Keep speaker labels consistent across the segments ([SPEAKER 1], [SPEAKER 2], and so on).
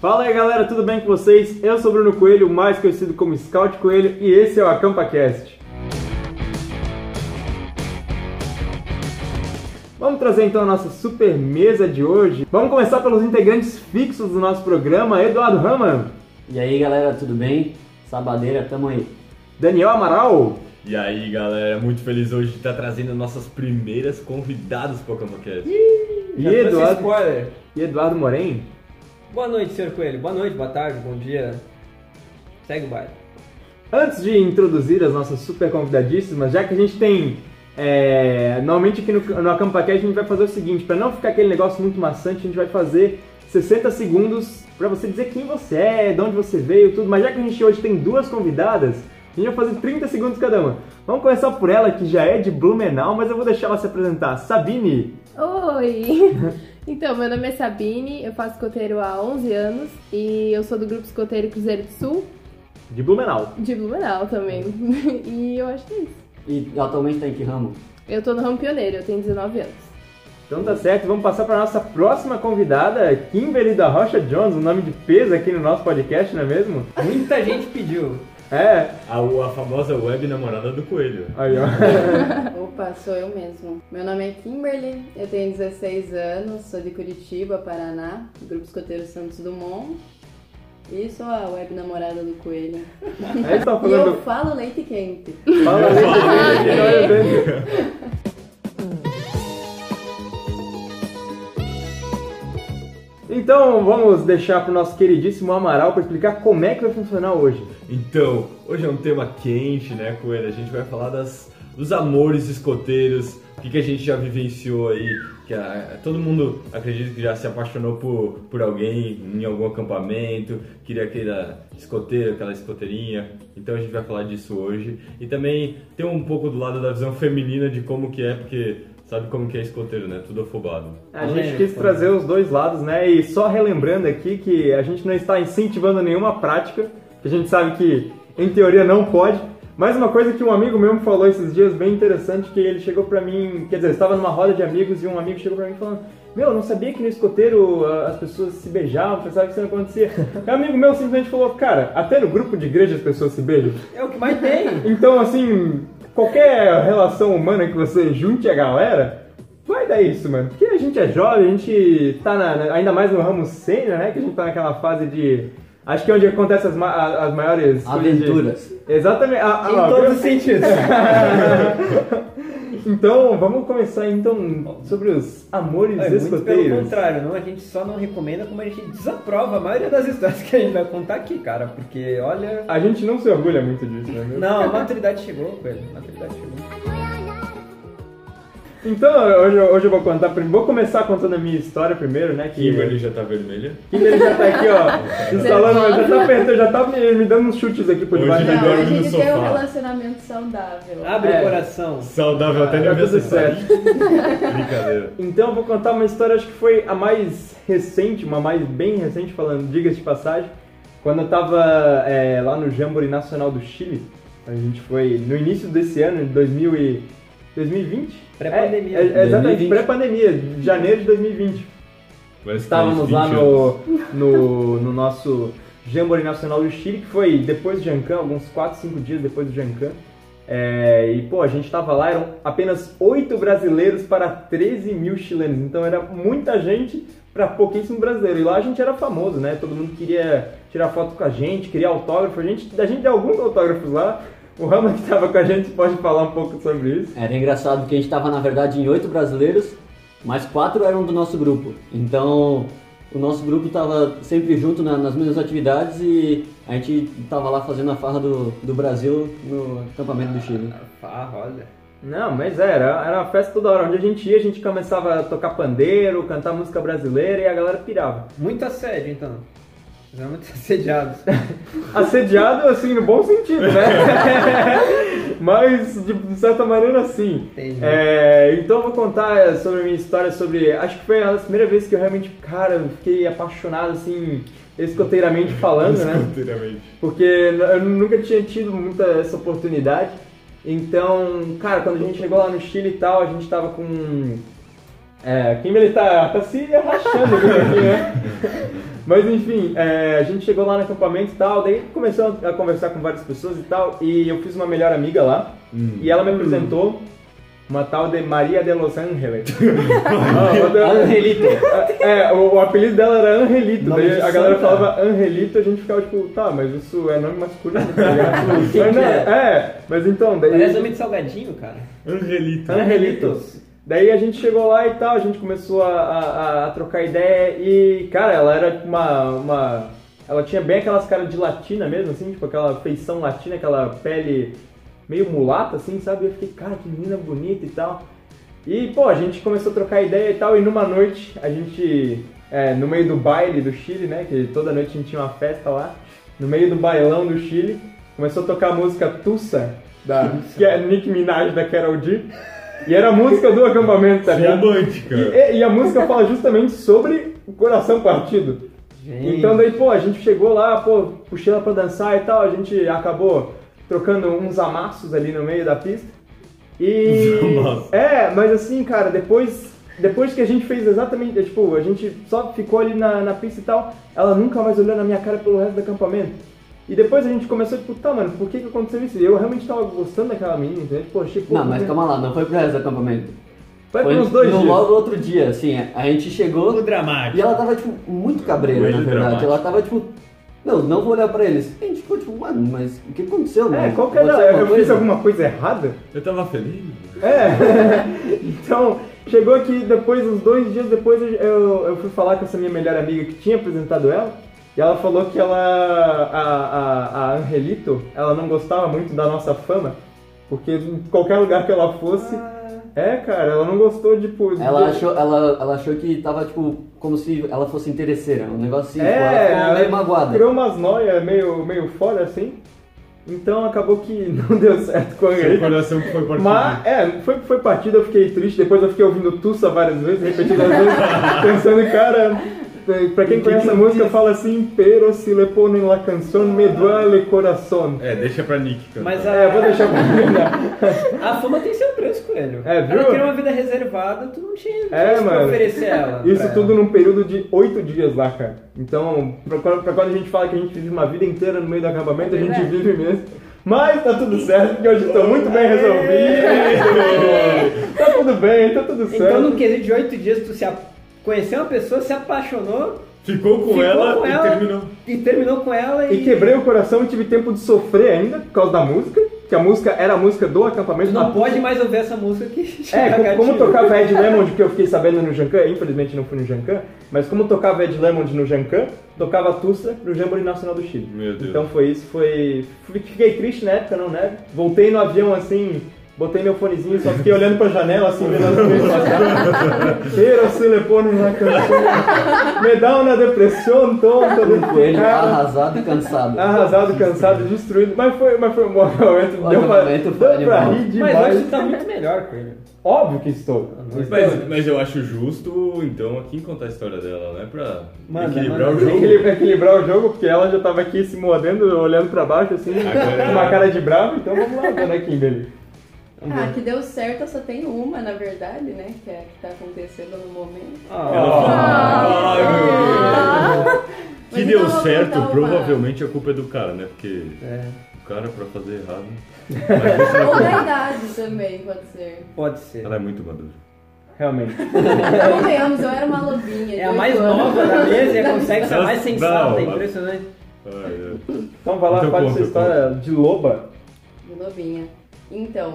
[SPEAKER 1] Fala aí galera, tudo bem com vocês? Eu sou Bruno Coelho, mais conhecido como Scout Coelho, e esse é o AcampaCast. Vamos trazer então a nossa super mesa de hoje. Vamos começar pelos integrantes fixos do nosso programa, Eduardo Raman,
[SPEAKER 2] E aí galera, tudo bem? Sabadeira, tamo aí.
[SPEAKER 1] Daniel Amaral,
[SPEAKER 3] E aí galera, muito feliz hoje de estar trazendo nossas primeiras convidadas para o CampoCast.
[SPEAKER 1] e
[SPEAKER 4] Já trouxe
[SPEAKER 1] Eduardo,
[SPEAKER 4] spoiler.
[SPEAKER 1] e Eduardo Moren.
[SPEAKER 4] Boa noite, senhor Coelho. Boa noite, boa tarde, bom dia. Segue o baile.
[SPEAKER 1] Antes de introduzir as nossas super convidadíssimas, já que a gente tem. é, normalmente aqui no, no AcampaCast a gente vai fazer o seguinte: para não ficar aquele negócio muito maçante, a gente vai fazer 60 segundos para você dizer quem você é, de onde você veio, tudo. Mas já que a gente hoje tem duas convidadas, a gente vai fazer 30 segundos cada uma. Vamos começar por ela, que já é de Blumenau, mas eu vou deixar ela se apresentar. Sabine,
[SPEAKER 5] Oi! Então, meu nome é Sabine, eu faço escoteiro há 11 anos e eu sou do grupo escoteiro Cruzeiro do Sul,
[SPEAKER 1] de Blumenau.
[SPEAKER 5] de Blumenau também. E eu acho que é isso.
[SPEAKER 2] E atualmente tá em que ramo?
[SPEAKER 5] Eu tô no ramo pioneiro, eu tenho 19 anos.
[SPEAKER 1] Então tá certo, vamos passar para nossa próxima convidada, Kimberly da Rocha Jones, um nome de peso aqui no nosso podcast, não é mesmo?
[SPEAKER 4] Muita gente pediu.
[SPEAKER 1] É,
[SPEAKER 3] A, a famosa web namorada do Coelho.
[SPEAKER 1] Aí, ó.
[SPEAKER 6] Opa, sou eu mesmo. Meu nome é Kimberly, eu tenho 16 anos, sou de Curitiba, Paraná, do Grupo Escoteiro Santos Dumont. E sou a web namorada do coelho.
[SPEAKER 1] Aí você tá
[SPEAKER 6] E eu
[SPEAKER 1] falando.
[SPEAKER 6] falo leite quente.
[SPEAKER 1] Fala aí, gente, olha bem. Então vamos deixar pro nosso queridíssimo Amaral para explicar como é que vai funcionar hoje.
[SPEAKER 3] Então, hoje é um tema quente, né, Coelho? A gente vai falar das, dos amores escoteiros, o que, que a gente já vivenciou aí, que a- todo mundo acredito que já se apaixonou por, por alguém em algum acampamento, queria aquela escoteira, aquela escoteirinha. Então a gente vai falar disso hoje. E também ter um pouco do lado da visão feminina de como que é, porque sabe como que é escoteiro, né? Tudo afobado.
[SPEAKER 1] A gente quis trazer os dois lados, né? E só relembrando aqui que a gente não está incentivando nenhuma prática, que a gente sabe que em teoria não pode. Mas uma coisa que um amigo meu me falou esses dias bem interessante, que ele chegou pra mim, quer dizer, eu estava numa roda de amigos e um amigo chegou pra mim falando: "Meu, eu não sabia que no escoteiro ah, as pessoas se beijavam, pensava que isso não acontecia". Aí um amigo meu simplesmente falou: "Cara, até no grupo de igreja as pessoas se beijam".
[SPEAKER 4] É o que mais tem.
[SPEAKER 1] Então, assim, qualquer relação humana que você junte a galera, vai dar isso, mano. Porque a gente é jovem, a gente tá na- na- ainda mais no ramo sênior, né? Que a gente tá naquela fase de. Acho que é onde acontecem as, ma- a- as maiores. coisas de-
[SPEAKER 2] Aventuras.
[SPEAKER 1] Exatamente. Ah, ah,
[SPEAKER 4] Em
[SPEAKER 1] ó,
[SPEAKER 4] todos os sentidos.
[SPEAKER 1] Então, vamos começar então sobre os amores
[SPEAKER 4] É, muito pelo
[SPEAKER 1] escoteiros.
[SPEAKER 4] contrário, não, a gente só não recomenda, como a gente desaprova a maioria das histórias que a gente vai contar aqui, cara. Porque, olha.
[SPEAKER 1] A gente não se orgulha muito disso, né? meu?
[SPEAKER 4] Não, a maturidade chegou, coelho. A maturidade chegou.
[SPEAKER 1] Então, hoje, eu- hoje eu vou contar. prim- Vou começar contando a minha história primeiro, né? Que
[SPEAKER 3] Kimberly já tá vermelha.
[SPEAKER 1] Kimberly já tá aqui, ó, instalando, já tá apertando, já tá me, me dando uns chutes aqui por
[SPEAKER 3] Hoje
[SPEAKER 1] debaixo
[SPEAKER 3] ele
[SPEAKER 1] da
[SPEAKER 6] Não,
[SPEAKER 3] dorme
[SPEAKER 6] a
[SPEAKER 1] mesa.
[SPEAKER 3] no
[SPEAKER 6] gente tem um
[SPEAKER 3] sofá.
[SPEAKER 6] relacionamento saudável.
[SPEAKER 4] Abre
[SPEAKER 1] É.
[SPEAKER 4] o coração.
[SPEAKER 3] Saudável até nem
[SPEAKER 1] Tá
[SPEAKER 3] a minha
[SPEAKER 1] tudo
[SPEAKER 3] sensação.
[SPEAKER 1] certo.
[SPEAKER 3] Ah, é Brincadeira.
[SPEAKER 1] Então eu vou contar uma história, acho que foi a mais recente, uma mais bem recente, falando, diga-se de passagem, quando eu tava é, lá no Jamboree Nacional do Chile, a gente foi no início desse ano, em 2000 e- 2020?
[SPEAKER 4] Pré-pandemia.
[SPEAKER 1] É, é, é, exatamente,
[SPEAKER 2] 2020.
[SPEAKER 1] pré-pandemia, de janeiro de 2020.
[SPEAKER 3] Mas
[SPEAKER 1] Estávamos
[SPEAKER 3] com
[SPEAKER 1] lá
[SPEAKER 3] 20 anos.
[SPEAKER 1] no, no, no nosso Jamboree Nacional do Chile, que foi depois do Jancan, alguns 4, 5 dias depois do Jancan. É, e, pô, a gente tava lá, eram apenas 8 brasileiros para 13 mil chilenos. Então era muita gente para pouquíssimo brasileiro. E lá a gente era famoso, né? Todo mundo queria tirar foto com a gente, queria autógrafo. A gente, a gente deu alguns autógrafos lá. O Rama que tava com a gente pode falar um pouco sobre isso.
[SPEAKER 2] Era engraçado que a gente tava na verdade em oito brasileiros, mas quatro eram do nosso grupo. Então o nosso grupo tava sempre junto na- nas mesmas atividades e a gente tava lá fazendo a farra do, do Brasil no acampamento do Chile.
[SPEAKER 4] Ah, olha.
[SPEAKER 1] Não, mas era, era uma festa toda hora. Onde a gente ia, a gente começava a tocar pandeiro, cantar música brasileira e a galera pirava.
[SPEAKER 4] Muito assédio, então. Nós éramos muito assediados.
[SPEAKER 1] É Assediado, assim, no bom sentido, né? mas, de certa maneira, sim.
[SPEAKER 4] Entendi.
[SPEAKER 1] É, então eu vou contar sobre a minha história, sobre... Acho que foi a primeira vez que eu realmente, cara, eu fiquei apaixonado, assim, escoteiramente falando, né?
[SPEAKER 3] Inteiramente.
[SPEAKER 1] porque eu nunca tinha tido muita essa oportunidade. Então, cara, quando a gente chegou lá no Chile e tal, a gente tava com É, Kimberly tá, tá se rachando por aqui, né? Mas enfim, é, a gente chegou lá no acampamento e tal, daí começou a conversar com várias pessoas e tal, e eu fiz uma melhor amiga lá,
[SPEAKER 3] Hum.
[SPEAKER 1] e ela me apresentou uma tal de Maria de Los Angeles. Ah, outra-
[SPEAKER 2] Angelito.
[SPEAKER 1] é, o, o apelido dela era Angelito,
[SPEAKER 3] Nome
[SPEAKER 1] daí
[SPEAKER 3] de
[SPEAKER 1] a galera
[SPEAKER 3] santa.
[SPEAKER 1] falava Angelito, a gente ficava tipo, tá, mas isso é nome masculino, tá ligado? mas,
[SPEAKER 2] que
[SPEAKER 1] não,
[SPEAKER 2] é?
[SPEAKER 1] é, mas então, daí...
[SPEAKER 4] Parece nome de salgadinho, cara.
[SPEAKER 3] Angelito.
[SPEAKER 1] Angelitos. Daí a gente chegou lá e tal, a gente começou a, a- a trocar ideia e, cara, ela era uma, uma- Ela tinha bem aquelas caras de latina mesmo, assim, tipo aquela feição latina, aquela pele meio mulata, assim, sabe? Eu fiquei, cara, que menina bonita e tal. E, pô, a gente começou a trocar ideia e tal, e numa noite, a gente, é, no meio do baile do Chile, né, que toda noite a gente tinha uma festa lá, no meio do bailão do Chile, começou a tocar a música Tussa, da, que é Nick Minaj da Carol D, e era a música do acampamento, tá ligado?
[SPEAKER 3] Romântica.
[SPEAKER 1] E, e a música fala justamente sobre o coração partido.
[SPEAKER 4] Gente.
[SPEAKER 1] Então daí, pô, a gente chegou lá, pô, puxei ela pra dançar e tal, a gente acabou trocando uns amassos ali no meio da pista. E.
[SPEAKER 3] Uns amassos.
[SPEAKER 1] É, mas assim, cara, depois. Depois que a gente fez exatamente, tipo, a gente só ficou ali na, na pista e tal, ela nunca mais olhou na minha cara pelo resto do acampamento. E depois a gente começou, tipo, tá, mano, por que que aconteceu isso? E Eu realmente tava gostando daquela menina, entendeu? Tipo, achei, pô,
[SPEAKER 2] Não, mas
[SPEAKER 1] né?
[SPEAKER 2] calma lá, não foi pro resto do acampamento.
[SPEAKER 1] Vai por uns dois
[SPEAKER 2] no
[SPEAKER 1] dias.
[SPEAKER 2] logo outro dia, assim, a gente chegou
[SPEAKER 4] Pouco dramático.
[SPEAKER 2] e ela tava, tipo, muito cabreira,
[SPEAKER 3] Ele
[SPEAKER 2] na verdade.
[SPEAKER 3] dramático.
[SPEAKER 2] Ela tava, tipo, meu, não vou olhar pra eles. E a gente ficou, tipo, mano, mas o que aconteceu, né?
[SPEAKER 1] É, qual que é
[SPEAKER 2] Aconteceu
[SPEAKER 1] da- Eu
[SPEAKER 2] alguma
[SPEAKER 1] fiz
[SPEAKER 2] coisa?
[SPEAKER 1] alguma coisa errada?
[SPEAKER 3] Eu tava feliz.
[SPEAKER 1] É. então, chegou aqui depois, uns dois dias depois, eu, eu fui falar com essa minha melhor amiga que tinha apresentado ela. E ela falou que ela, a, a, a Angelito, ela não gostava muito da nossa fama. Porque em qualquer lugar que ela fosse. É, cara, ela não gostou, tipo. de-
[SPEAKER 2] Ela achou, ela, ela achou que tava, tipo, como se ela fosse interesseira, um negócio assim, tipo,
[SPEAKER 1] É,
[SPEAKER 2] ela ficou meio magoada.
[SPEAKER 1] criou umas noias meio, meio fora assim. Então acabou que não deu certo com a
[SPEAKER 3] Seu
[SPEAKER 1] Angelito.
[SPEAKER 3] coração que foi partido.
[SPEAKER 1] Mas, é, foi, foi partida, eu fiquei triste. Depois eu fiquei ouvindo Tussa várias vezes, repetidas vezes, pensando, cara. é, Pra quem conhece a música, fala assim: Pero si le ponen la canción, me duele corazón.
[SPEAKER 3] É, deixa pra Nick. Cara.
[SPEAKER 4] Mas
[SPEAKER 1] É, eu vou
[SPEAKER 4] a,
[SPEAKER 1] deixar pra né? terminar.
[SPEAKER 4] a fama tem seu preço, coelho.
[SPEAKER 1] É, viu?
[SPEAKER 4] Ela queria uma vida reservada, tu não tinha não
[SPEAKER 1] É,
[SPEAKER 4] tinha pra
[SPEAKER 1] mano.
[SPEAKER 4] oferecer ela. pra
[SPEAKER 1] Isso
[SPEAKER 4] ela.
[SPEAKER 1] tudo num período de oito dias lá, cara. Então, pra quando, pra quando a gente fala que a gente vive uma vida inteira no meio do acampamento,
[SPEAKER 4] É
[SPEAKER 1] a gente vive mesmo. Mas tá tudo certo, porque hoje tô muito bem resolvido. Tá tudo bem, tá tudo certo.
[SPEAKER 4] Então, no quesito de oito dias, tu se a- conheceu uma pessoa, se apaixonou
[SPEAKER 3] Ficou com
[SPEAKER 4] Ficou
[SPEAKER 3] ela
[SPEAKER 4] com
[SPEAKER 3] e
[SPEAKER 4] ela.
[SPEAKER 3] terminou.
[SPEAKER 4] e terminou com ela
[SPEAKER 1] E
[SPEAKER 4] e.
[SPEAKER 1] quebrei o coração e tive tempo de sofrer ainda por causa da música, que a música era a música do acampamento.
[SPEAKER 4] Não
[SPEAKER 1] A-
[SPEAKER 4] pode mais ouvir essa música que.
[SPEAKER 1] É,
[SPEAKER 4] chega
[SPEAKER 1] como, como
[SPEAKER 4] gatilho.
[SPEAKER 1] tocava Ed Lemond, que eu fiquei sabendo no Jancan, infelizmente não fui no Jancan, mas como tocava Ed Lemond no Jancan, tocava Tussa no Jamboree Nacional do Chile.
[SPEAKER 3] Meu Deus.
[SPEAKER 1] Então foi isso, foi. Fiquei triste na época, não né? Voltei no avião assim, botei meu fonezinho, só fiquei olhando pra janela assim, vendo as coisas passar. Pero se le pone na canção. Me dá uma depressão tonta do
[SPEAKER 2] O coelho
[SPEAKER 1] pecado.
[SPEAKER 2] arrasado e cansado.
[SPEAKER 1] Arrasado, cansado, destruído. Mas foi, mas foi um bom momento.
[SPEAKER 2] O
[SPEAKER 1] Deu pra,
[SPEAKER 2] acampamento foi
[SPEAKER 1] deu pra
[SPEAKER 2] animal.
[SPEAKER 1] rir demais.
[SPEAKER 4] Mas hoje tu tá muito melhor, coelho.
[SPEAKER 1] Óbvio que estou.
[SPEAKER 3] Mas, mas eu acho justo, então, aqui contar a história dela, né? Pra
[SPEAKER 1] é
[SPEAKER 4] Manda,
[SPEAKER 3] equilibrar
[SPEAKER 4] manda.
[SPEAKER 3] o jogo.
[SPEAKER 1] Equilibrar, equilibrar o jogo, porque ela já tava aqui se mordendo, olhando pra baixo, assim,
[SPEAKER 3] Agora- é
[SPEAKER 1] com uma cara de bravo. Então vamos lá, dona Kimberly. Uhum.
[SPEAKER 6] Ah, que deu certo, eu só tenho uma, na verdade, né? Que é a que tá acontecendo no momento.
[SPEAKER 4] Ah,
[SPEAKER 3] Ela falou,
[SPEAKER 5] Ah.
[SPEAKER 3] "Ai, meu Deus."
[SPEAKER 6] Mas
[SPEAKER 3] Que
[SPEAKER 6] então eu
[SPEAKER 3] deu
[SPEAKER 6] vou
[SPEAKER 3] certo,
[SPEAKER 6] contar uma-
[SPEAKER 3] provavelmente a culpa é do cara, né? Porque
[SPEAKER 4] é.
[SPEAKER 3] o cara, pra fazer errado,
[SPEAKER 1] é
[SPEAKER 6] Ou da idade também, pode ser.
[SPEAKER 4] Pode ser.
[SPEAKER 3] ela é muito madura.
[SPEAKER 1] Realmente.
[SPEAKER 6] Então, Convenhamos, eu era uma lobinha. de
[SPEAKER 4] É a
[SPEAKER 6] oito
[SPEAKER 4] mais
[SPEAKER 6] anos.
[SPEAKER 4] nova da mesa e consegue ser a mais
[SPEAKER 3] Não,
[SPEAKER 4] sensata, é
[SPEAKER 3] mas-
[SPEAKER 4] impressionante.
[SPEAKER 3] Ah, Ai,
[SPEAKER 1] Então vai lá,
[SPEAKER 3] Então
[SPEAKER 1] faz
[SPEAKER 3] conta,
[SPEAKER 1] sua história de loba.
[SPEAKER 6] De lobinha. Então,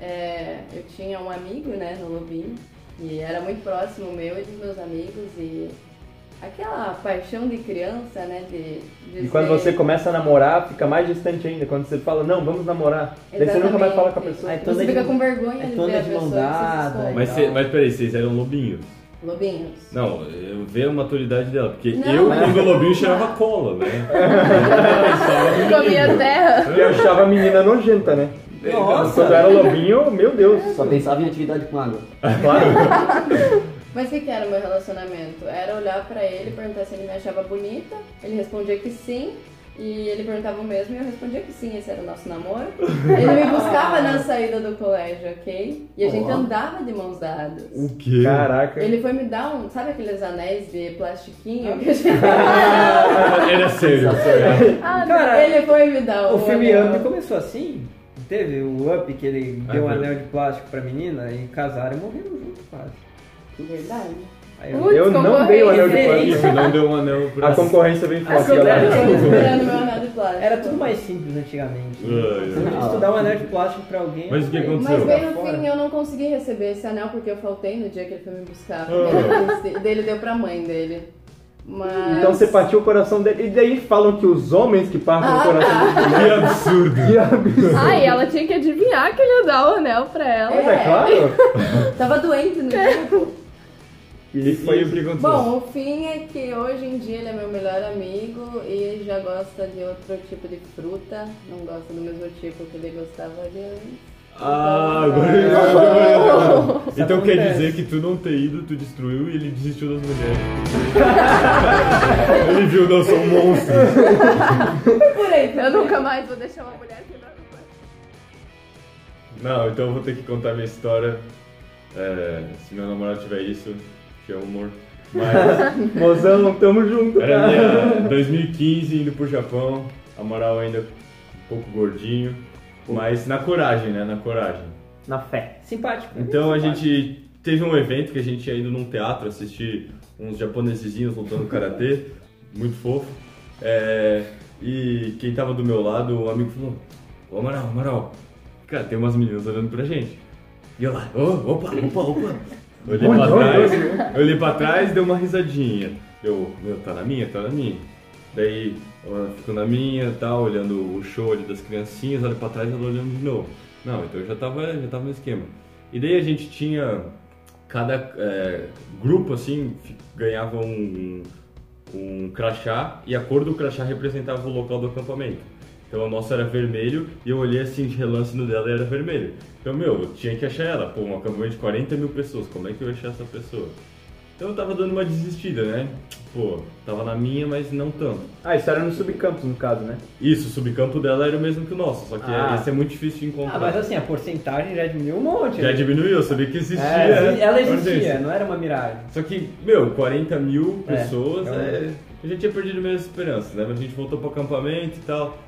[SPEAKER 6] é, eu tinha um amigo, né, no lobinho, e era muito próximo meu e dos meus amigos, e aquela paixão de criança, né, de, de
[SPEAKER 1] E quando você
[SPEAKER 6] ser-
[SPEAKER 1] começa a namorar, fica mais distante ainda. Quando você fala, não, vamos namorar. Daí você nunca mais
[SPEAKER 6] Exatamente.
[SPEAKER 1] fala com a pessoa.
[SPEAKER 4] Aí toda
[SPEAKER 6] você fica
[SPEAKER 4] de-
[SPEAKER 6] com vergonha
[SPEAKER 4] é
[SPEAKER 6] de
[SPEAKER 4] toda
[SPEAKER 6] ver a
[SPEAKER 4] de
[SPEAKER 6] pessoa
[SPEAKER 4] mão
[SPEAKER 6] que você se
[SPEAKER 4] dada,
[SPEAKER 6] esconde.
[SPEAKER 3] ai. Mas, cê, mas peraí, vocês eram lobinhos?
[SPEAKER 6] Lobinhos.
[SPEAKER 3] Não, eu vejo a maturidade dela, porque
[SPEAKER 6] Não.
[SPEAKER 3] eu, quando lobinho, cheirava cola, né?
[SPEAKER 5] Comia terra.
[SPEAKER 1] E eu achava a menina nojenta, né?
[SPEAKER 4] Nossa!
[SPEAKER 1] Quando eu era lobinho, meu Deus.
[SPEAKER 2] Só pensava em atividade com água.
[SPEAKER 1] Claro.
[SPEAKER 6] Mas o que, que era o meu relacionamento? Era olhar pra ele, perguntar se ele me achava bonita, ele respondia que sim, E ele perguntava o mesmo e eu respondia que sim, esse era o nosso namoro. Ele me buscava na saída do colégio, ok? E a gente
[SPEAKER 2] Ó.
[SPEAKER 6] andava de mãos dadas.
[SPEAKER 3] O quê?
[SPEAKER 1] Caraca.
[SPEAKER 6] Ele foi me dar um. Sabe aqueles anéis de plastiquinho que a gente.
[SPEAKER 3] Era é sério. sério.
[SPEAKER 5] Ah, não.
[SPEAKER 4] Cara,
[SPEAKER 6] ele foi me dar um.
[SPEAKER 4] O filme
[SPEAKER 6] anel.
[SPEAKER 4] Up começou assim? Não Teve o Up que ele
[SPEAKER 3] Ah,
[SPEAKER 4] deu um
[SPEAKER 3] meu.
[SPEAKER 4] anel de plástico pra menina e casaram e morreram junto quase.
[SPEAKER 6] Verdade.
[SPEAKER 4] Aí eu-
[SPEAKER 5] Putz,
[SPEAKER 1] Eu não dei o anel de
[SPEAKER 5] concorrência.
[SPEAKER 1] plástico.
[SPEAKER 3] Isso, não deu um anel pra...
[SPEAKER 1] A concorrência vem forte,
[SPEAKER 4] Acontece.
[SPEAKER 6] Eu
[SPEAKER 1] galera.
[SPEAKER 6] tava esperando meu anel de plástico.
[SPEAKER 4] Era tudo mais simples antigamente.
[SPEAKER 3] Ai,
[SPEAKER 4] Você podia estudar um anel de plástico pra alguém.
[SPEAKER 3] É,
[SPEAKER 4] né?
[SPEAKER 3] Mas o que aconteceu?
[SPEAKER 6] Mas bem no
[SPEAKER 4] Fora.
[SPEAKER 6] fim eu não consegui receber esse anel porque eu faltei no dia que ele foi me buscar.
[SPEAKER 3] Ah.
[SPEAKER 6] E dele deu pra mãe dele. Mas.
[SPEAKER 1] Então você partiu o coração dele. E daí falam que os homens que partem o coração dele.
[SPEAKER 3] Que absurdo.
[SPEAKER 1] Que absurdo.
[SPEAKER 5] Ai, ela tinha que adivinhar que ele ia dar o anel pra ela.
[SPEAKER 1] Mas é claro.
[SPEAKER 6] Tava doente no grupo.
[SPEAKER 3] E foi o que aconteceu?
[SPEAKER 6] Bom, o fim é que hoje em dia ele é meu melhor amigo e já gosta de outro tipo de fruta. Não gosta do mesmo tipo que ele gostava de antes.
[SPEAKER 3] Ah, agora eu agora-
[SPEAKER 4] Isso
[SPEAKER 3] Então quer
[SPEAKER 4] acontece.
[SPEAKER 3] dizer que tu não ter ido, tu destruiu e ele desistiu das mulheres. ele viu, não, sou um monstro.
[SPEAKER 6] Por aí,
[SPEAKER 5] Eu nunca mais vou deixar uma mulher quebrar meu coração.
[SPEAKER 3] Não, então eu vou ter que contar minha história. É, se meu namorado tiver isso, que é humor. Mas
[SPEAKER 1] Mozão, tamo junto,
[SPEAKER 3] era
[SPEAKER 1] cara.
[SPEAKER 3] minha 2015 indo pro Japão, a moral ainda um pouco gordinho, mas na coragem, né? Na coragem.
[SPEAKER 1] Na fé.
[SPEAKER 4] Simpático.
[SPEAKER 3] Então a
[SPEAKER 4] Simpático.
[SPEAKER 3] gente teve um evento que a gente ia indo num teatro assistir uns japonesezinhos lutando karatê, muito fofo. É, e quem tava do meu lado, um amigo falou: Ô Amaral, Amaral, cara, tem umas meninas olhando pra gente. E eu lá, "Ô, opa, opa, opa. Eu Olhei pra trás, eu olhei pra trás deu uma risadinha. Eu, meu, tá na minha, tá na minha. Daí ela ficou na minha tal, olhando o show ali das criancinhas, olha pra trás ela olhando de novo. Não, então eu já tava, já tava no esquema. E daí a gente tinha. Cada é, grupo assim fi- ganhava um, um crachá e a cor do crachá representava o local do acampamento. Então o nosso era vermelho e eu olhei assim de relance no dela e era vermelho. Então, meu, eu tinha que achar ela. Pô, um acampamento de 40 mil pessoas, como é que eu ia achar essa pessoa? Então eu tava dando uma desistida, né? Pô, tava na minha, mas não tanto.
[SPEAKER 1] Ah, isso era no subcampus, no caso, né?
[SPEAKER 3] Isso, o subcampo dela era o mesmo que o nosso, só que
[SPEAKER 1] Ah.
[SPEAKER 3] ia ser muito difícil de encontrar.
[SPEAKER 4] Ah, mas assim, a porcentagem já diminuiu um monte.
[SPEAKER 3] Já
[SPEAKER 4] né?
[SPEAKER 3] diminuiu, eu sabia que existia.
[SPEAKER 4] É, ela
[SPEAKER 3] Hortência.
[SPEAKER 4] existia, não era uma miragem.
[SPEAKER 3] Só que, meu, 40 mil
[SPEAKER 4] É,
[SPEAKER 3] pessoas,
[SPEAKER 4] é um-
[SPEAKER 3] é, eu já tinha perdido minhas esperanças, né? Mas a gente voltou pro acampamento e tal.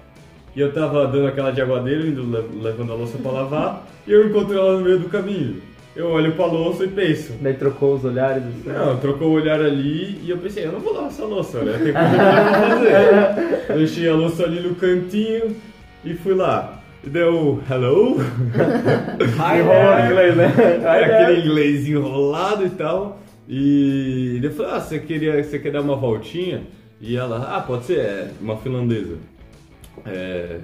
[SPEAKER 3] E eu tava dando aquela de aguadeiro, indo le- levando a louça pra lavar, e eu encontro ela no meio do caminho. Eu olho pra louça e penso.
[SPEAKER 1] Daí trocou os olhares. Assim.
[SPEAKER 3] Não, trocou o olhar ali e eu pensei, eu não vou lavar essa louça, né? Tem coisa melhor pra fazer. Deixei a louça ali no cantinho e fui lá. E deu hello?
[SPEAKER 4] Hi
[SPEAKER 1] Enrola em
[SPEAKER 4] there.
[SPEAKER 1] inglês, né?
[SPEAKER 3] aquele inglês enrolado e tal. E ele falou: Ah, você, queria, você quer dar uma voltinha? E ela, ah, pode ser, é uma finlandesa. É,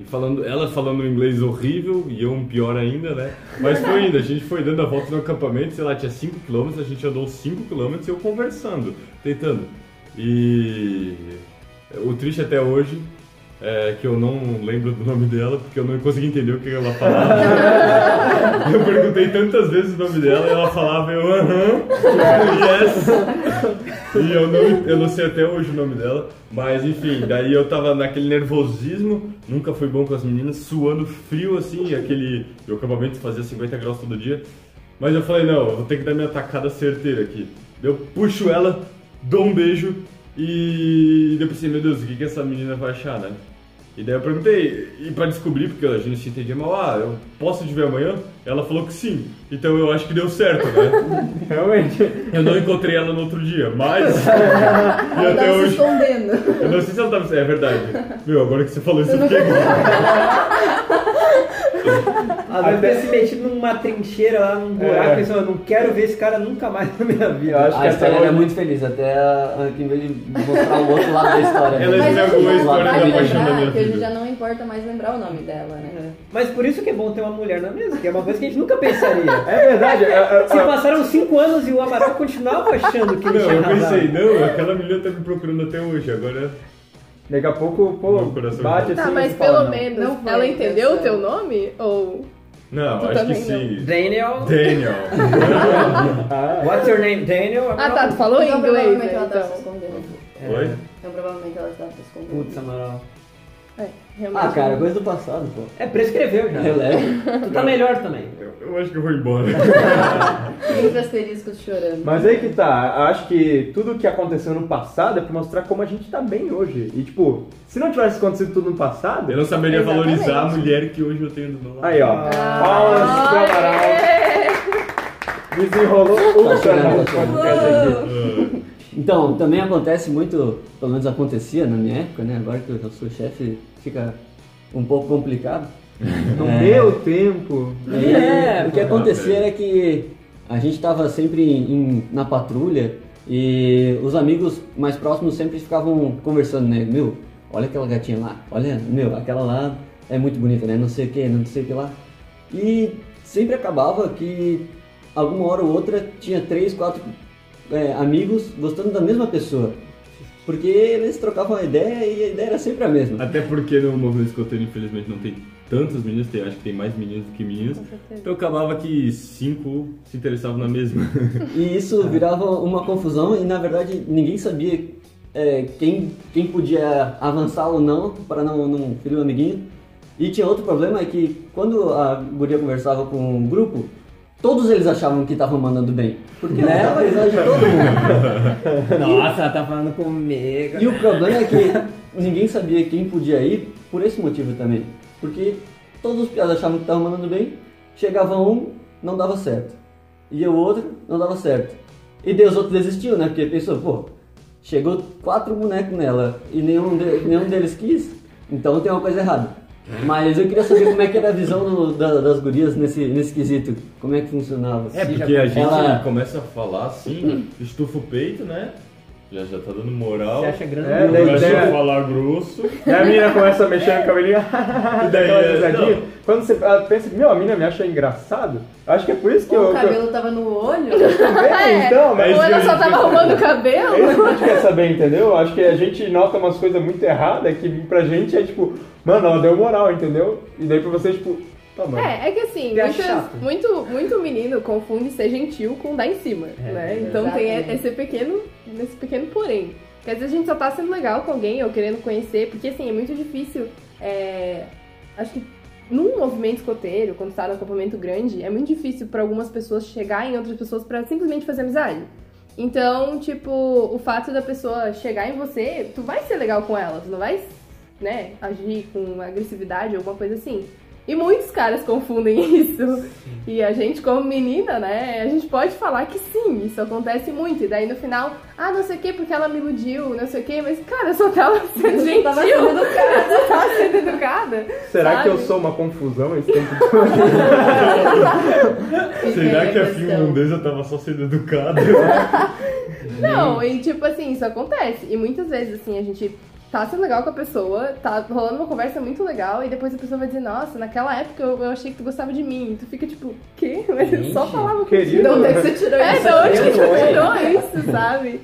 [SPEAKER 3] e falando, ela falando um inglês horrível e eu um pior ainda, né? Mas foi ainda, a gente foi dando a volta no acampamento, sei lá, tinha 5km, a gente andou 5km e eu conversando, tentando. E o triste até hoje é que eu não lembro do nome dela, porque eu não consegui entender o que ela falava. Eu perguntei tantas vezes o nome dela e ela falava eu, aham, tipo, yes. E eu não, eu não sei até hoje o nome dela, mas enfim, daí eu tava naquele nervosismo, nunca fui bom com as meninas, suando frio assim, e aquele. E o acampamento fazia 50 graus todo dia. Mas eu falei, não, eu vou ter que dar minha tacada certeira aqui. Eu puxo ela, dou um beijo e eu pensei, meu Deus, o que, que essa menina vai achar, né? E daí eu perguntei, e pra descobrir, porque a gente se entendia mal, ah, eu posso te ver amanhã? Ela falou que sim. Então eu acho que deu certo, né?
[SPEAKER 1] Realmente.
[SPEAKER 3] Eu não encontrei ela no outro dia, mas. e
[SPEAKER 6] Ela
[SPEAKER 3] até
[SPEAKER 6] tava Ah, tá se
[SPEAKER 3] hoje.
[SPEAKER 6] escondendo.
[SPEAKER 3] Eu não sei se ela tava. É verdade. Meu, agora que você falou isso, eu fiquei mal.
[SPEAKER 4] Ela deve ter se metido numa trincheira lá, num buraco,
[SPEAKER 1] É.
[SPEAKER 4] pensando, eu não quero ver esse cara nunca mais na minha vida.
[SPEAKER 1] Eu acho
[SPEAKER 2] Ah, A
[SPEAKER 1] que até
[SPEAKER 2] história
[SPEAKER 1] hoje...
[SPEAKER 2] era muito feliz, até a, que em vez de mostrar o outro lado da história. né?
[SPEAKER 3] Ela
[SPEAKER 6] Mas assim,
[SPEAKER 3] escreveu alguma
[SPEAKER 6] hoje já não
[SPEAKER 3] história
[SPEAKER 6] vai
[SPEAKER 3] da paixão da
[SPEAKER 6] lembrar,
[SPEAKER 3] minha
[SPEAKER 6] que hoje
[SPEAKER 3] vida.
[SPEAKER 6] já não importa mais lembrar o nome dela, né?
[SPEAKER 4] Mas por isso que é bom ter uma mulher na mesa, que é uma coisa que a gente nunca pensaria.
[SPEAKER 1] É verdade. é- é-
[SPEAKER 4] Se passaram cinco anos e o Amaral continuava achando que ele
[SPEAKER 3] Não,
[SPEAKER 4] tinha
[SPEAKER 3] eu
[SPEAKER 4] razão.
[SPEAKER 3] pensei, não, aquela menina tá me procurando até hoje, agora.
[SPEAKER 1] Daqui a pouco, pô,
[SPEAKER 3] Meu coração
[SPEAKER 1] bate assim.
[SPEAKER 5] Tá,
[SPEAKER 1] e
[SPEAKER 5] mas
[SPEAKER 1] fala,
[SPEAKER 5] pelo
[SPEAKER 1] não.
[SPEAKER 5] menos
[SPEAKER 6] Não foi
[SPEAKER 5] ela
[SPEAKER 6] a
[SPEAKER 5] entendeu o
[SPEAKER 6] intenção.
[SPEAKER 5] teu nome? Ou.
[SPEAKER 3] Não,
[SPEAKER 5] Tu
[SPEAKER 3] acho que
[SPEAKER 5] também
[SPEAKER 3] sim.
[SPEAKER 4] Daniel.
[SPEAKER 3] Daniel.
[SPEAKER 4] What's your name? Daniel?
[SPEAKER 5] Ah, tá, tu
[SPEAKER 4] Amaral.
[SPEAKER 5] falou em
[SPEAKER 6] Então,
[SPEAKER 5] inglês,
[SPEAKER 6] provavelmente
[SPEAKER 5] né?
[SPEAKER 6] ela tava se
[SPEAKER 5] Então.
[SPEAKER 6] escondendo.
[SPEAKER 3] Oi?
[SPEAKER 6] Então provavelmente ela estava escondendo.
[SPEAKER 4] Putz, Amaral.
[SPEAKER 5] É, realmente.
[SPEAKER 2] Ah, cara, coisa do passado, pô.
[SPEAKER 4] É, prescreveu já.
[SPEAKER 2] Releva.
[SPEAKER 4] Tu tá melhor também.
[SPEAKER 3] Eu, eu acho que eu vou embora.
[SPEAKER 6] Entre asteriscos chorando.
[SPEAKER 1] Mas aí que tá, acho que tudo o que aconteceu no passado é pra mostrar como a gente tá bem hoje. E tipo, se não tivesse acontecido tudo no passado.
[SPEAKER 3] Eu não saberia
[SPEAKER 5] Exatamente.
[SPEAKER 3] valorizar a mulher que hoje eu tenho do meu lado.
[SPEAKER 1] Aí ó, palmas pro Amaral,
[SPEAKER 5] Aê!
[SPEAKER 1] desenrolou
[SPEAKER 2] Tá
[SPEAKER 1] o canal
[SPEAKER 2] chegando,
[SPEAKER 1] do
[SPEAKER 2] tá chegando.
[SPEAKER 1] podcast aqui.
[SPEAKER 3] Ah,
[SPEAKER 2] Então, também acontece muito, pelo menos acontecia na minha época, né? Agora que eu já sou chefe, fica um pouco complicado.
[SPEAKER 1] Não deu tempo.
[SPEAKER 2] E É, o que acontecia era que a gente estava sempre em- em- na patrulha e os amigos mais próximos sempre ficavam conversando, né? Meu, olha aquela gatinha lá, olha, meu, aquela lá é muito bonita, né? Não sei o que, não sei o que lá. E sempre acabava que alguma hora ou outra tinha três, quatro é, amigos gostando da mesma pessoa. Porque eles trocavam a ideia e a ideia era sempre a mesma.
[SPEAKER 3] Até porque no movimento escoteiro, infelizmente, não tem tantos meninos, tem, acho que tem mais meninos do que meninas. Então acabava que cinco se interessavam na mesma.
[SPEAKER 2] E isso virava uma confusão e na verdade ninguém sabia é, quem, quem podia avançar ou não para não, não ferir o amiguinho. E tinha outro problema é que quando a guria conversava com um grupo, todos eles achavam que estavam mandando bem. Porque né, ela risada de todo mundo.
[SPEAKER 4] Nossa, ela tá falando comigo.
[SPEAKER 2] E o problema é que ninguém sabia quem podia ir por esse motivo também. Porque todos os piados achavam que estavam mandando bem, chegava um, não dava certo. E o outro, não dava certo. E daí os outros desistiam, né? Porque pensou, pô, chegou quatro bonecos nela e nenhum, de- nenhum deles quis, então tem uma coisa errada. Mas eu queria saber como é que era a visão do- da- das gurias nesse, nesse quesito. Como é que funcionava?
[SPEAKER 3] É, porque a gente
[SPEAKER 2] Ela-
[SPEAKER 3] começa a falar assim, estufa o peito, né? Já já tá dando moral.
[SPEAKER 4] Você acha grande?
[SPEAKER 1] É, daí-
[SPEAKER 3] Começa a
[SPEAKER 1] daí-
[SPEAKER 3] falar grosso.
[SPEAKER 1] Daí a menina começa a mexer no cabelinho, e
[SPEAKER 3] daí,
[SPEAKER 1] aquela
[SPEAKER 3] é,
[SPEAKER 1] risadinha.
[SPEAKER 3] não.
[SPEAKER 1] Quando você ela pensa, meu, a menina me acha engraçado, acho que é por isso que
[SPEAKER 6] Ou
[SPEAKER 1] eu.
[SPEAKER 6] o
[SPEAKER 1] que eu-
[SPEAKER 6] cabelo tava no olho.
[SPEAKER 1] É, então,
[SPEAKER 5] Ou
[SPEAKER 1] mas
[SPEAKER 3] isso que a
[SPEAKER 5] ela
[SPEAKER 3] gente
[SPEAKER 5] só tava
[SPEAKER 3] pensa.
[SPEAKER 5] arrumando o
[SPEAKER 1] É isso
[SPEAKER 5] cabelo?
[SPEAKER 1] que a gente quer saber, entendeu? Acho que a gente nota umas coisas muito erradas que pra gente é tipo, mano, ela deu moral, entendeu? E daí pra você, tipo, tá bom.
[SPEAKER 5] É, é que assim,
[SPEAKER 4] Que é
[SPEAKER 5] muitas-
[SPEAKER 4] chato.
[SPEAKER 5] muito, muito menino confunde ser gentil com dar em
[SPEAKER 1] É,
[SPEAKER 5] cima, né? Então tem
[SPEAKER 6] Exatamente.
[SPEAKER 5] esse pequeno, esse pequeno porém. Porque às vezes a gente só tá sendo legal com alguém ou querendo conhecer, porque assim, é muito difícil. é, acho que num movimento escoteiro, quando tá num acampamento grande, é muito difícil pra algumas pessoas chegar em outras pessoas pra simplesmente fazer amizade. Então, tipo, o fato da pessoa chegar em você, tu vai ser legal com ela, tu não vai, né, agir com agressividade, alguma coisa assim. E muitos caras confundem isso. E a gente, como menina, né, a gente pode falar que sim, isso acontece muito. E daí no final, ah, não sei o que, porque ela me iludiu, não sei o que, mas cara, eu só tava sendo
[SPEAKER 6] Você
[SPEAKER 5] gentil.
[SPEAKER 6] tava sendo educada.
[SPEAKER 5] Eu só tava sendo educada.
[SPEAKER 1] Será
[SPEAKER 5] sabe?
[SPEAKER 1] que eu sou uma confusão esse tempo todo?
[SPEAKER 3] Será
[SPEAKER 5] é assim
[SPEAKER 3] que a
[SPEAKER 6] questão.
[SPEAKER 3] finlandesa tava só sendo educada?
[SPEAKER 5] Não, e tipo assim, isso acontece. E muitas vezes, assim, a gente tá sendo legal com a pessoa, tá rolando uma conversa muito legal, e depois a pessoa vai dizer, nossa, naquela época eu, eu achei que tu gostava de mim. E tu fica tipo, quê? Mas eu só
[SPEAKER 4] Gente,
[SPEAKER 5] falava
[SPEAKER 1] querido.
[SPEAKER 5] contigo.
[SPEAKER 6] Não tem que você tirou
[SPEAKER 5] É,
[SPEAKER 6] isso.
[SPEAKER 5] da onde que tu
[SPEAKER 4] Oi.
[SPEAKER 5] tirou isso, sabe?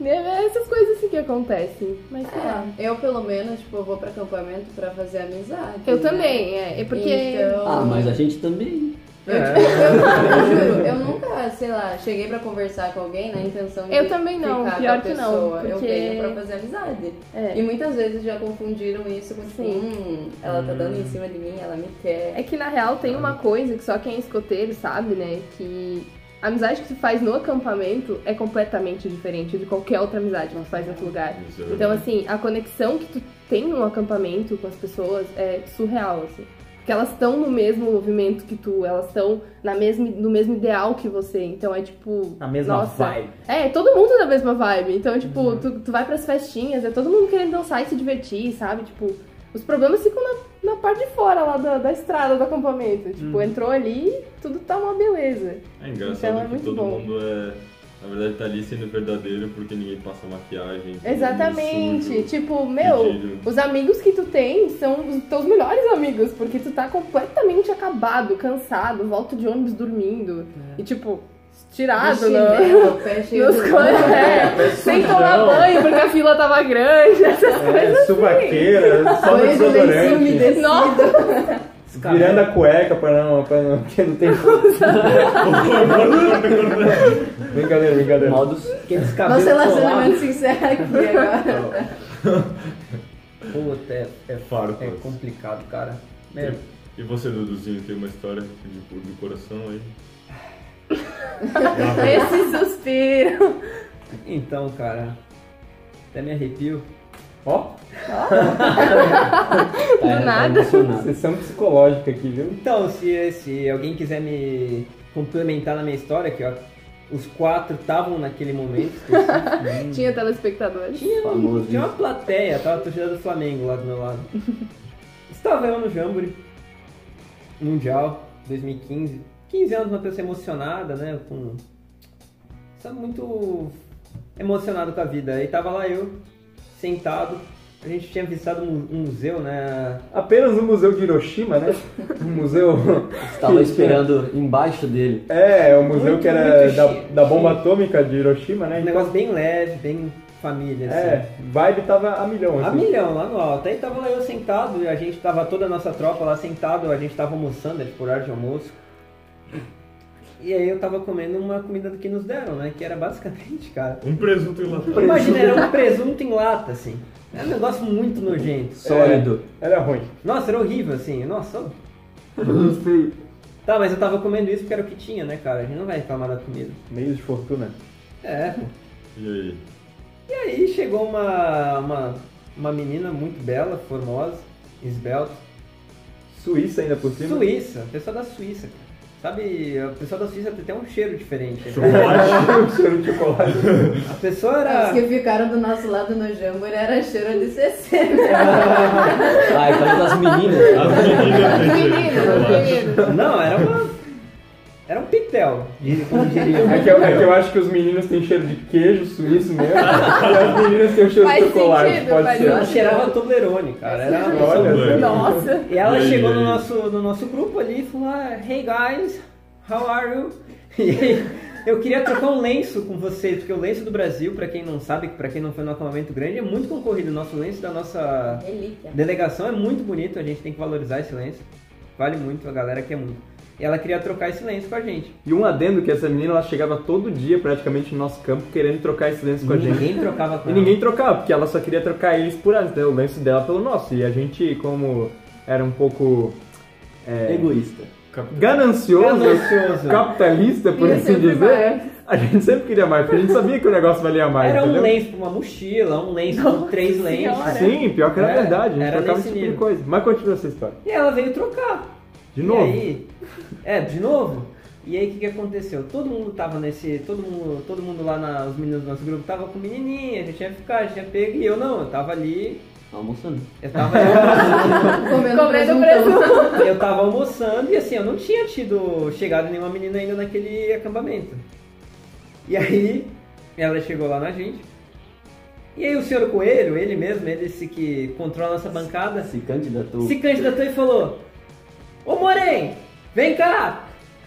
[SPEAKER 5] E é Essas coisas assim que acontecem. Mas sei lá.
[SPEAKER 6] É, eu pelo menos, tipo, vou pra acampamento pra fazer amizade.
[SPEAKER 5] Eu
[SPEAKER 6] né?
[SPEAKER 5] também, é. É porque.
[SPEAKER 6] Então,
[SPEAKER 2] Ah, mas a gente também.
[SPEAKER 6] eu, tipo, eu, eu juro, eu nunca, sei lá, cheguei pra conversar com alguém na intenção de
[SPEAKER 5] Eu também não,
[SPEAKER 6] ficar
[SPEAKER 5] pior
[SPEAKER 6] com a
[SPEAKER 5] que não,
[SPEAKER 6] pessoa. Eu
[SPEAKER 5] porque-
[SPEAKER 6] venho pra fazer amizade.
[SPEAKER 5] É.
[SPEAKER 6] E muitas vezes já confundiram isso com, tipo,
[SPEAKER 5] Sim.
[SPEAKER 6] hum, ela tá dando em cima de mim, ela me quer.
[SPEAKER 5] É que na real tem uma coisa que só quem é escoteiro sabe, né? Que a amizade que tu faz no acampamento é completamente diferente de qualquer outra amizade que tu faz em outro lugar. Então, assim, a conexão que tu tem no acampamento com as pessoas é surreal, assim. Porque elas estão no mesmo movimento que tu, elas estão na mesma- no mesmo ideal que você. Então é tipo.
[SPEAKER 4] Na mesma
[SPEAKER 5] nossa,
[SPEAKER 4] vibe. Uhum.
[SPEAKER 5] É, todo mundo na mesma vibe. Então, tipo, tu, tu vai pras festinhas, é todo mundo querendo dançar e se divertir, sabe? Tipo, os problemas ficam na, na parte de fora lá da, da estrada do acampamento.
[SPEAKER 4] Uhum.
[SPEAKER 5] Tipo, entrou ali, tudo tá uma beleza.
[SPEAKER 3] É engraçado
[SPEAKER 5] Então é
[SPEAKER 3] que
[SPEAKER 5] muito
[SPEAKER 3] todo
[SPEAKER 5] bom.
[SPEAKER 3] mundo é. Na verdade tá ali sendo verdadeiro porque ninguém passa maquiagem.
[SPEAKER 5] Exatamente.
[SPEAKER 3] ninguém sujo.
[SPEAKER 5] tipo, meu,
[SPEAKER 3] pedido.
[SPEAKER 5] os amigos que tu tem são os teus melhores amigos, porque tu tá completamente acabado, cansado, volta de ônibus dormindo.
[SPEAKER 1] É.
[SPEAKER 5] E tipo, estirado, né?
[SPEAKER 6] Chinelo, pé cheio
[SPEAKER 5] Nos
[SPEAKER 6] de-
[SPEAKER 5] coisas, é, sem tomar banho porque a fila tava grande.
[SPEAKER 1] É, suvaqueira, só no
[SPEAKER 6] Banho de lenço
[SPEAKER 1] assim, desodorante.
[SPEAKER 6] umedecido.
[SPEAKER 5] Nossa,
[SPEAKER 1] virando a cueca pra não, pra não, porque não tem. brincadeira, brincadeira.
[SPEAKER 2] Modos.
[SPEAKER 4] Aquele descabelo
[SPEAKER 6] Nosso
[SPEAKER 4] colado.
[SPEAKER 6] relacionamento é sincero aqui agora.
[SPEAKER 4] Puta, é, é,
[SPEAKER 3] Farpas.
[SPEAKER 4] é complicado, cara. É,
[SPEAKER 3] E você, Duduzinho, tem uma história de, do coração aí? Lá
[SPEAKER 1] Uhum.
[SPEAKER 3] vem.
[SPEAKER 5] Esse suspiro.
[SPEAKER 4] Então, cara, até me arrepio. Ó,
[SPEAKER 2] Do
[SPEAKER 5] nada.
[SPEAKER 1] Sessão psicológica aqui, viu?
[SPEAKER 4] então, se, se alguém quiser me complementar na minha história, que ó, os quatro estavam naquele momento.
[SPEAKER 1] Hum.
[SPEAKER 4] específico.
[SPEAKER 5] Tinha telespectadores.
[SPEAKER 2] Famoso.
[SPEAKER 4] Tinha uma plateia, tá? tava a torcida do Flamengo lá do meu lado. Estava eu no Jamboree Mundial 2015. 15 anos, uma pessoa emocionada, né? Com... Sabe, muito emocionado com a vida. E tava lá eu, sentado. A gente tinha visitado um um museu, né?
[SPEAKER 1] Ah, Apenas o Museu de Hiroshima, né? Um museu.
[SPEAKER 2] Estava esperando embaixo dele.
[SPEAKER 1] É, o museu
[SPEAKER 4] Muito,
[SPEAKER 1] que era
[SPEAKER 4] muito
[SPEAKER 1] da,
[SPEAKER 4] chique.
[SPEAKER 1] da bomba atômica de Hiroshima, né?
[SPEAKER 4] Um
[SPEAKER 1] Então,
[SPEAKER 4] negócio bem leve, bem família, assim.
[SPEAKER 1] é, vibe tava a milhão.
[SPEAKER 4] A
[SPEAKER 1] assim.
[SPEAKER 4] milhão lá no alto. Aí tava lá eu sentado, e a gente tava toda a nossa tropa lá sentado, a gente tava almoçando, era por horário de almoço. E aí eu tava comendo uma comida que nos deram, né? Que era basicamente, cara.
[SPEAKER 3] Um presunto enlatado.
[SPEAKER 4] Imagina, era um presunto em lata, assim. Era um negócio muito nojento.
[SPEAKER 2] Sólido.
[SPEAKER 1] Era ruim.
[SPEAKER 4] Nossa, era horrível, assim. Nossa, eu-
[SPEAKER 2] Feio.
[SPEAKER 4] tá, mas eu tava comendo isso porque era o que tinha, né, cara? A gente não vai reclamar da comida.
[SPEAKER 1] Meios de fortuna.
[SPEAKER 4] É, pô.
[SPEAKER 3] E aí?
[SPEAKER 4] E aí chegou uma, uma, uma menina muito bela, formosa, esbelta.
[SPEAKER 1] Suíça ainda por cima.
[SPEAKER 4] Suíça, pessoal da Suíça, cara. Sabe, a pessoa da Suíça tem até um cheiro diferente.
[SPEAKER 3] Chocolate?
[SPEAKER 1] O cheiro de chocolate.
[SPEAKER 4] A pessoa
[SPEAKER 6] Os
[SPEAKER 4] era.
[SPEAKER 6] que ficaram do nosso lado no Jambor era cheiro de CC. né?
[SPEAKER 2] Ah, e falando das meninas.
[SPEAKER 3] As meninas têm cheiro de
[SPEAKER 5] Meninos,
[SPEAKER 3] chocolate.
[SPEAKER 5] meninos.
[SPEAKER 4] Não, era uma. Era um pitel, diria- como diria.
[SPEAKER 1] É que, eu, é que eu acho que os meninos têm cheiro de queijo suíço mesmo. e as meninas têm o cheiro
[SPEAKER 5] Faz
[SPEAKER 1] de chocolate.
[SPEAKER 5] sentido,
[SPEAKER 1] pode
[SPEAKER 5] faz
[SPEAKER 1] ser.
[SPEAKER 4] Ela cheirava Toblerone, cara. Era uma
[SPEAKER 1] Olha, né?
[SPEAKER 4] pessoa-
[SPEAKER 3] Toblerone.
[SPEAKER 5] Nossa.
[SPEAKER 4] E ela
[SPEAKER 3] E aí,
[SPEAKER 4] chegou
[SPEAKER 3] e
[SPEAKER 4] no
[SPEAKER 3] aí?
[SPEAKER 4] nosso, no nosso grupo ali e falou: ah, Hey guys, how are you? E aí, eu queria trocar um lenço com vocês, porque o lenço do Brasil, pra quem não sabe, pra quem não foi no acampamento grande, é muito concorrido. O nosso lenço da nossa
[SPEAKER 6] Relíquia.
[SPEAKER 4] Delegação é muito bonito, a gente tem que valorizar esse lenço. Vale muito, a galera quer muito. E ela queria trocar esse lenço com a gente.
[SPEAKER 1] E um adendo que essa menina ela chegava todo dia praticamente no nosso campo querendo trocar esse lenço com
[SPEAKER 4] Uhum.
[SPEAKER 1] a gente.
[SPEAKER 4] Ninguém trocava com
[SPEAKER 1] E
[SPEAKER 4] ela.
[SPEAKER 1] ninguém trocava, porque ela só queria trocar eles por antes, né? O lenço dela pelo nosso. E a gente, como era um pouco é,
[SPEAKER 2] Egoísta.
[SPEAKER 1] ganancioso,
[SPEAKER 4] Ganancioso.
[SPEAKER 1] capitalista, por
[SPEAKER 5] Queria
[SPEAKER 1] assim
[SPEAKER 5] sempre
[SPEAKER 1] dizer,
[SPEAKER 5] mais.
[SPEAKER 1] a gente sempre queria mais, porque a gente sabia que o negócio valia mais.
[SPEAKER 4] Era um
[SPEAKER 1] entendeu?
[SPEAKER 4] lenço pra uma mochila, um lenço com três lenços.
[SPEAKER 2] né?
[SPEAKER 5] Senhora.
[SPEAKER 1] Sim, pior que era
[SPEAKER 4] É,
[SPEAKER 1] verdade, a gente
[SPEAKER 4] era
[SPEAKER 1] trocava esse
[SPEAKER 4] nesse
[SPEAKER 1] tipo de
[SPEAKER 4] nível.
[SPEAKER 1] coisa. Mas continua essa história.
[SPEAKER 4] E ela veio trocar.
[SPEAKER 1] De novo.
[SPEAKER 4] E aí, é, de novo. E aí o que, que aconteceu? Todo mundo tava nesse. Todo mundo, todo mundo lá, na, os meninos do nosso grupo tava com menininha, a gente ia ficar, a gente ia pego. E eu não, eu tava ali.
[SPEAKER 2] Almoçando.
[SPEAKER 4] Eu tava ali.
[SPEAKER 6] Comendo,
[SPEAKER 5] Comendo
[SPEAKER 6] presuntão.
[SPEAKER 5] presunto.
[SPEAKER 4] eu tava almoçando e assim, eu não tinha tido chegado nenhuma menina ainda naquele acampamento. E aí, ela chegou lá na gente. E aí o senhor Coelho, ele mesmo, ele se que controla nossa bancada,
[SPEAKER 2] Se candidatou.
[SPEAKER 4] se candidatou e falou: Ô Morém, vem cá!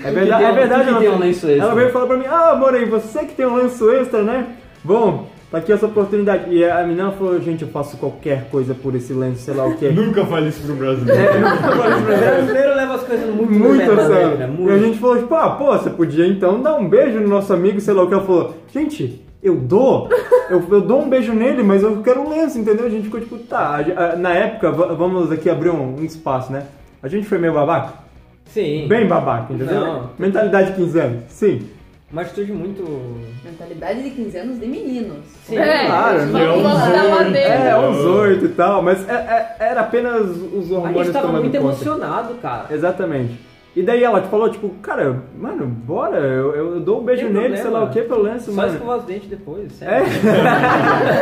[SPEAKER 1] É verdade,
[SPEAKER 2] deu-
[SPEAKER 1] é verdade.
[SPEAKER 2] que
[SPEAKER 1] ela
[SPEAKER 2] deu um
[SPEAKER 1] falou-
[SPEAKER 2] lenço extra?
[SPEAKER 1] Ela veio falar pra mim, ah, Morei, você que tem um lenço extra, né? Bom, tá aqui essa oportunidade. E a menina falou, gente, eu faço qualquer coisa por esse lenço, sei lá o que.
[SPEAKER 3] Nunca fale isso pro brasileiro.
[SPEAKER 1] É.
[SPEAKER 4] O brasileiro leva as coisas muito,
[SPEAKER 1] Muito
[SPEAKER 4] leve,
[SPEAKER 1] sério.
[SPEAKER 4] né?
[SPEAKER 1] E a
[SPEAKER 4] Muito.
[SPEAKER 1] gente falou, tipo, ah, pô, você podia então dar um beijo no nosso amigo, sei lá o que. Ela falou, gente, eu dou, eu, eu dou um beijo nele, mas eu quero um lenço, entendeu? A gente ficou tipo, tá, a- a- na época, va- vamos aqui abrir um, um espaço, né? A gente foi meio babaca?
[SPEAKER 4] Sim,
[SPEAKER 1] Bem babaca, entendeu?
[SPEAKER 4] Não.
[SPEAKER 1] Mentalidade 15 anos, sim.
[SPEAKER 4] uma atitude muito.
[SPEAKER 6] Mentalidade de 15 anos de meninos.
[SPEAKER 4] Sim,
[SPEAKER 5] É,
[SPEAKER 1] claro,
[SPEAKER 5] vamos
[SPEAKER 1] né?
[SPEAKER 5] botar lá
[SPEAKER 1] É,
[SPEAKER 5] dentro.
[SPEAKER 1] uns oito e tal, mas é- é- era apenas os
[SPEAKER 4] A
[SPEAKER 1] hormônios
[SPEAKER 4] gente tava
[SPEAKER 1] tomando conta.
[SPEAKER 4] muito emocionado, cara.
[SPEAKER 1] Exatamente. E daí ela te falou, tipo, cara, mano, bora, eu, eu- eu dou um beijo
[SPEAKER 4] Tem
[SPEAKER 1] nele,
[SPEAKER 4] problema.
[SPEAKER 1] sei lá o que, pelo lance,
[SPEAKER 4] Só
[SPEAKER 1] mano.
[SPEAKER 4] escovar os dentes depois,
[SPEAKER 1] É.
[SPEAKER 4] sério.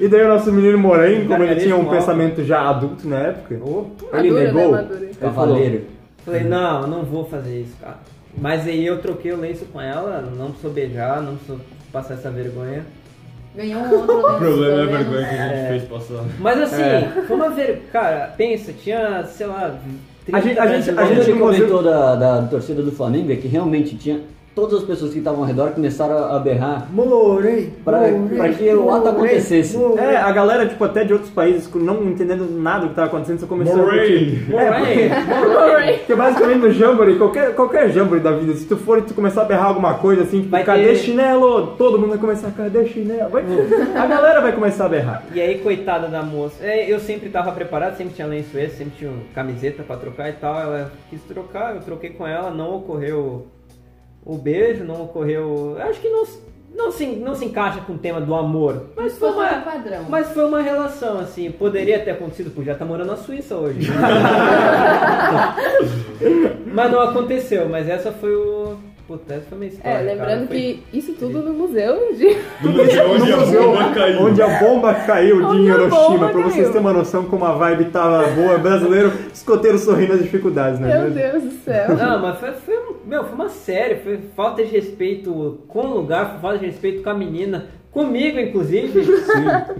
[SPEAKER 1] e daí o nosso menino Morango, como ele
[SPEAKER 4] Gargarejo
[SPEAKER 1] tinha um
[SPEAKER 4] com álcool.
[SPEAKER 1] pensamento já adulto na época,
[SPEAKER 4] Ô.
[SPEAKER 1] ele
[SPEAKER 5] Madura, né,
[SPEAKER 1] negou.
[SPEAKER 5] madura.
[SPEAKER 1] Ele falou,
[SPEAKER 2] Cavaleiro.
[SPEAKER 4] Falei, não, não vou fazer isso, cara. Mas aí eu troquei o lenço com ela, não precisou beijar, não precisou passar essa vergonha.
[SPEAKER 6] Ganhou um outro
[SPEAKER 3] O problema é a
[SPEAKER 6] pelo menos.
[SPEAKER 3] vergonha que a gente fez passar.
[SPEAKER 4] Mas assim,
[SPEAKER 1] É.
[SPEAKER 4] foi uma vergonha. Cara, pensa, tinha, sei lá, 30
[SPEAKER 1] A gente- a gente- a
[SPEAKER 2] A
[SPEAKER 4] brasileiros.
[SPEAKER 2] gente
[SPEAKER 1] inclusive-
[SPEAKER 2] comentou da, da torcida do Flamengo é que realmente tinha todas as pessoas que estavam ao redor começaram a berrar
[SPEAKER 1] Morei!
[SPEAKER 2] para para que o ato acontecesse.
[SPEAKER 1] É, a galera, tipo, até de outros países, não entendendo nada do que tava acontecendo, só começou
[SPEAKER 3] Morei.
[SPEAKER 1] a curtir. É, porque-
[SPEAKER 5] Alright.
[SPEAKER 1] porque basicamente no Jamboree, qualquer, qualquer Jamboree da vida, se tu for e tu começar a berrar alguma coisa assim, tipo,
[SPEAKER 4] Vai
[SPEAKER 1] cadê
[SPEAKER 4] ter- Uhum.
[SPEAKER 1] chinelo? Todo mundo vai começar, cadê chinelo? Vai- a galera vai começar a berrar.
[SPEAKER 4] E aí, coitada da moça. É, eu sempre tava preparado, sempre tinha lenço esse, sempre tinha um- camiseta pra trocar e tal. Ela quis trocar, eu troquei com ela, não ocorreu o beijo, não ocorreu. eu Acho que não, se- não, se, não se encaixa com o tema do amor. Mas foi
[SPEAKER 6] Fosse um
[SPEAKER 4] uma.
[SPEAKER 6] padrão.
[SPEAKER 4] Mas foi uma relação, assim, poderia ter acontecido, porque já tá morando na Suíça hoje. mas não aconteceu, mas essa foi o. Puta, essa foi minha história.
[SPEAKER 5] É,
[SPEAKER 4] cara,
[SPEAKER 5] lembrando
[SPEAKER 4] foi-
[SPEAKER 5] que isso tudo no museu de
[SPEAKER 3] No museu onde a bomba caiu.
[SPEAKER 1] Onde a bomba caiu de
[SPEAKER 5] É. Onde a
[SPEAKER 1] Hiroshima,
[SPEAKER 5] bomba
[SPEAKER 1] pra vocês
[SPEAKER 5] caiu.
[SPEAKER 1] terem uma noção como a vibe tava boa, brasileiro, escoteiro sorrindo as dificuldades, né?
[SPEAKER 5] Meu Deus do céu.
[SPEAKER 4] Não, mas foi, foi um- meu, foi uma série, foi falta de respeito com o lugar, foi falta de respeito com a menina, comigo inclusive.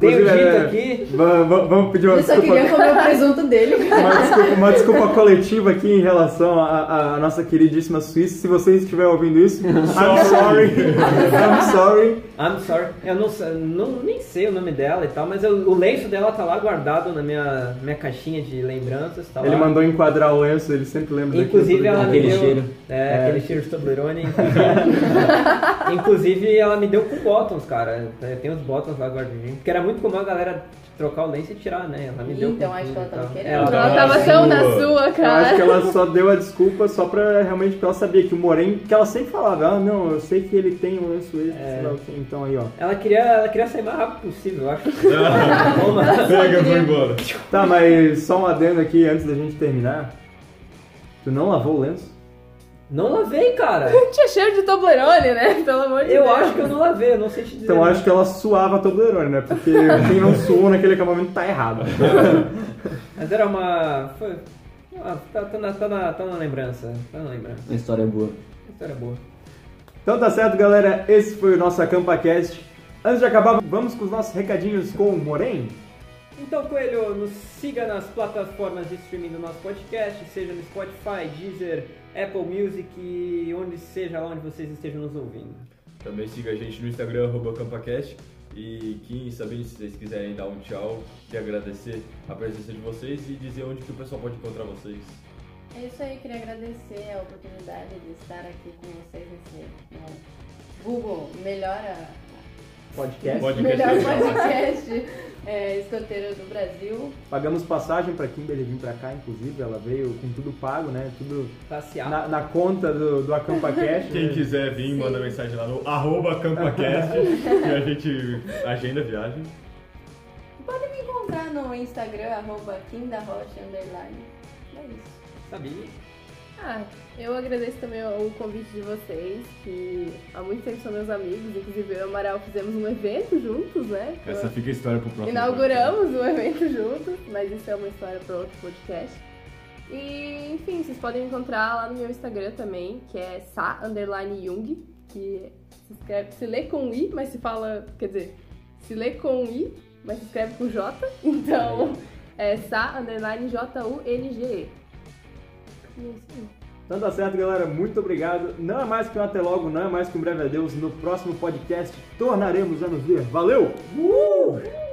[SPEAKER 4] Tem o
[SPEAKER 1] Inclusive,
[SPEAKER 4] dito
[SPEAKER 1] é,
[SPEAKER 4] aqui.
[SPEAKER 1] va- va- Vamos pedir uma
[SPEAKER 6] Eu só
[SPEAKER 1] desculpa.
[SPEAKER 6] queria é comer o presunto dele.
[SPEAKER 1] Uma desculpa, uma desculpa coletiva aqui em relação à- à à nossa queridíssima Suíça. Se você estiver ouvindo isso, I'm sorry. I'm sorry.
[SPEAKER 4] I'm sorry, eu não, sa- não nem sei o nome dela e tal, mas eu- o lenço dela tá lá guardado na minha, minha caixinha de lembranças, tá
[SPEAKER 1] Ele
[SPEAKER 4] lá.
[SPEAKER 1] mandou enquadrar o lenço, ele sempre lembra daquilo.
[SPEAKER 4] Inclusive ela me
[SPEAKER 2] Aquele
[SPEAKER 4] deu
[SPEAKER 2] cheiro.
[SPEAKER 4] É, aquele cheiro de Toblerone. Inclusive ela me deu com bottoms, cara. É, Tem os bottoms lá guardadinhos. Porque era muito comum a galera trocar o lenço e tirar, né? Ela me deu.
[SPEAKER 6] Então,
[SPEAKER 4] com
[SPEAKER 6] acho
[SPEAKER 4] tudo
[SPEAKER 6] que ela
[SPEAKER 4] e
[SPEAKER 6] tava
[SPEAKER 4] tal.
[SPEAKER 6] querendo.
[SPEAKER 4] Ela
[SPEAKER 5] Ela
[SPEAKER 4] tava-
[SPEAKER 5] tava
[SPEAKER 3] na
[SPEAKER 5] tão
[SPEAKER 3] sua.
[SPEAKER 5] na sua,
[SPEAKER 1] Eu
[SPEAKER 5] cara.
[SPEAKER 1] acho que ela só deu a desculpa só pra realmente pra ela sabia que o Moren, que ela sempre falava, ah não, eu sei que ele tem um lenço extra, sei lá o quê. Então aí, ó.
[SPEAKER 4] Ela queria, ela queria sair mais rápido possível, eu acho. Toma.
[SPEAKER 3] Pega, foi embora.
[SPEAKER 1] Tá, mas só um adendo aqui antes da gente terminar. Tu não lavou o lenço?
[SPEAKER 4] Não lavei, cara.
[SPEAKER 5] Tinha cheiro de Toblerone, né? Pelo amor de
[SPEAKER 4] Eu
[SPEAKER 5] Deus.
[SPEAKER 4] acho que eu não lavei, eu não sei te dizer.
[SPEAKER 1] Então eu acho que ela suava Toblerone, né? Porque quem não suou naquele acampamento tá errado.
[SPEAKER 4] Mas era uma. Foi. Ah, tá, tá na, tá, na, tá na lembrança. Tá na lembrança.
[SPEAKER 2] Uma história é boa.
[SPEAKER 4] História boa.
[SPEAKER 1] Então tá certo, galera. Esse foi o nosso AcampaCast. Antes de acabar, vamos com os nossos recadinhos com o Moren.
[SPEAKER 4] Então, Coelho, nos siga nas plataformas de streaming do nosso podcast, seja no Spotify, Deezer, Apple Music e onde seja lá onde vocês estejam nos ouvindo.
[SPEAKER 3] Também siga a gente no Instagram, arroba CampaCast. E Kim, sabendo se vocês quiserem dar um tchau e agradecer a presença de vocês e dizer onde que o pessoal pode encontrar vocês.
[SPEAKER 6] É isso aí, queria agradecer a oportunidade de estar aqui com vocês nesse né, Google Melhora
[SPEAKER 1] Podcast.
[SPEAKER 6] Melhor
[SPEAKER 3] é legal.
[SPEAKER 6] Podcast é, Escoteiro do Brasil.
[SPEAKER 1] Pagamos passagem pra Kimberly vir pra cá, inclusive. Ela veio com tudo pago, né? Tudo
[SPEAKER 4] Passear.
[SPEAKER 1] na, na conta do, do AcampaCast.
[SPEAKER 3] Quem quiser vir, manda mensagem lá no arroba CampaCast e a gente agenda a viagem.
[SPEAKER 6] Pode me encontrar no Instagram, arroba kindaroche, underline. É isso.
[SPEAKER 4] Sabia?
[SPEAKER 5] Ah, eu agradeço também o convite de vocês, que há muito tempo são meus amigos, inclusive eu e o Amaral fizemos um evento juntos, né?
[SPEAKER 3] Essa fica a história pro próximo.
[SPEAKER 5] Inauguramos um evento juntos, mas isso é uma história para outro podcast. E, enfim, vocês podem me encontrar lá no meu Instagram também, que é sa underline Jung, que se escreve, se lê com i, mas se fala, quer dizer, se lê com i, mas se escreve com j, então é sa underline j u n g e. E é isso aí.
[SPEAKER 1] Então tá certo, galera. Muito obrigado. Não é mais que um até logo, não é mais que um breve adeus. No próximo podcast tornaremos a nos ver. Valeu! Uh!